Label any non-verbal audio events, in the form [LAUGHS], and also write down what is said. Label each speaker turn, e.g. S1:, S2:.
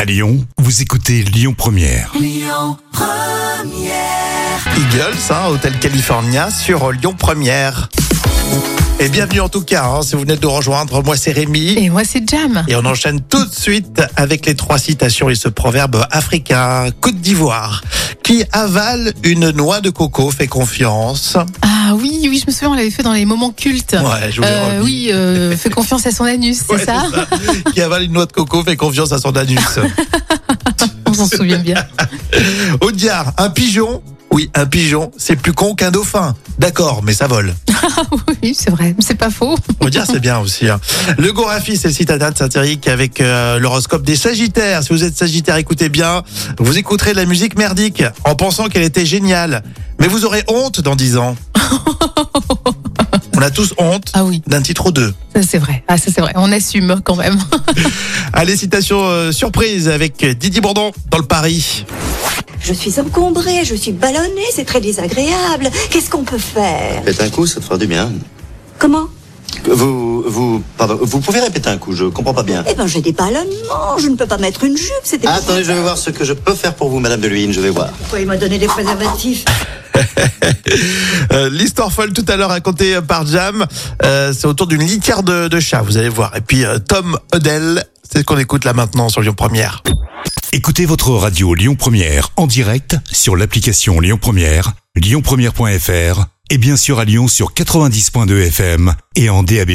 S1: À Lyon, vous écoutez Lyon Première.
S2: Eagles, hein, Hôtel California sur euh, Lyon Première. Et bienvenue en tout cas, hein, si vous venez de nous rejoindre, moi c'est Rémi.
S3: Et moi, c'est Jam.
S2: Et on enchaîne tout de suite avec les trois citations et ce proverbe africain, Côte d'Ivoire. Qui avale une noix de coco fait confiance.
S3: Ah oui, oui, je me souviens, on l'avait fait dans les moments cultes.
S2: Ouais, je vous l'ai
S3: Euh,
S2: remis.
S3: oui, euh, fais confiance à son anus, c'est
S2: Ouais,
S3: ça
S2: c'est ça. Qui avale une noix de coco fait confiance à son
S3: [LAUGHS]
S2: anus.
S3: On s'en souvient bien.
S2: Audiard, un pigeon. Oui, un pigeon, c'est plus con qu'un dauphin. D'accord, mais ça vole.
S3: oui, c'est vrai, c'est pas faux.
S2: On va dire c'est bien aussi. hein. Le Gorafi, c'est le site internet satirique avec euh, l'horoscope des Sagittaires. Si vous êtes Sagittaire, écoutez bien. Vous écouterez de la musique merdique en pensant qu'elle était géniale. Mais vous aurez honte dans 10 ans. On a tous honte
S3: Ah oui,
S2: d'un titre ou deux.
S3: ça c'est vrai. Ah ça c'est vrai, on assume quand même.
S2: Allez, citation euh, surprise avec Didier Bourdon dans le Paris.
S4: Je suis encombrée, je suis ballonnée, c'est très désagréable. Qu'est-ce qu'on peut faire
S5: Répète un coup, ça te fera du bien.
S4: Comment
S5: Vous, vous, pardon, vous pouvez répéter un coup, je comprends pas bien.
S4: Eh ben, j'ai des ballonnements, je ne peux pas mettre une jupe, c'était pas-
S5: Attendez, je vais voir ce que je peux faire pour vous, Madame de Luynes, je vais voir.
S4: Pourquoi il m'a donné des préservatifs
S2: Euh, L'histoire folle tout à l'heure racontée par Jam, euh, c'est autour d'une litière de, de chat, vous allez voir. Et puis euh, Tom Odell, c'est ce qu'on écoute là maintenant sur Lyon Première.
S1: Écoutez votre radio Lyon Première en direct sur l'application Lyon Première, lyonpremière.fr et bien sûr à Lyon sur 90.2 FM et en DAB+.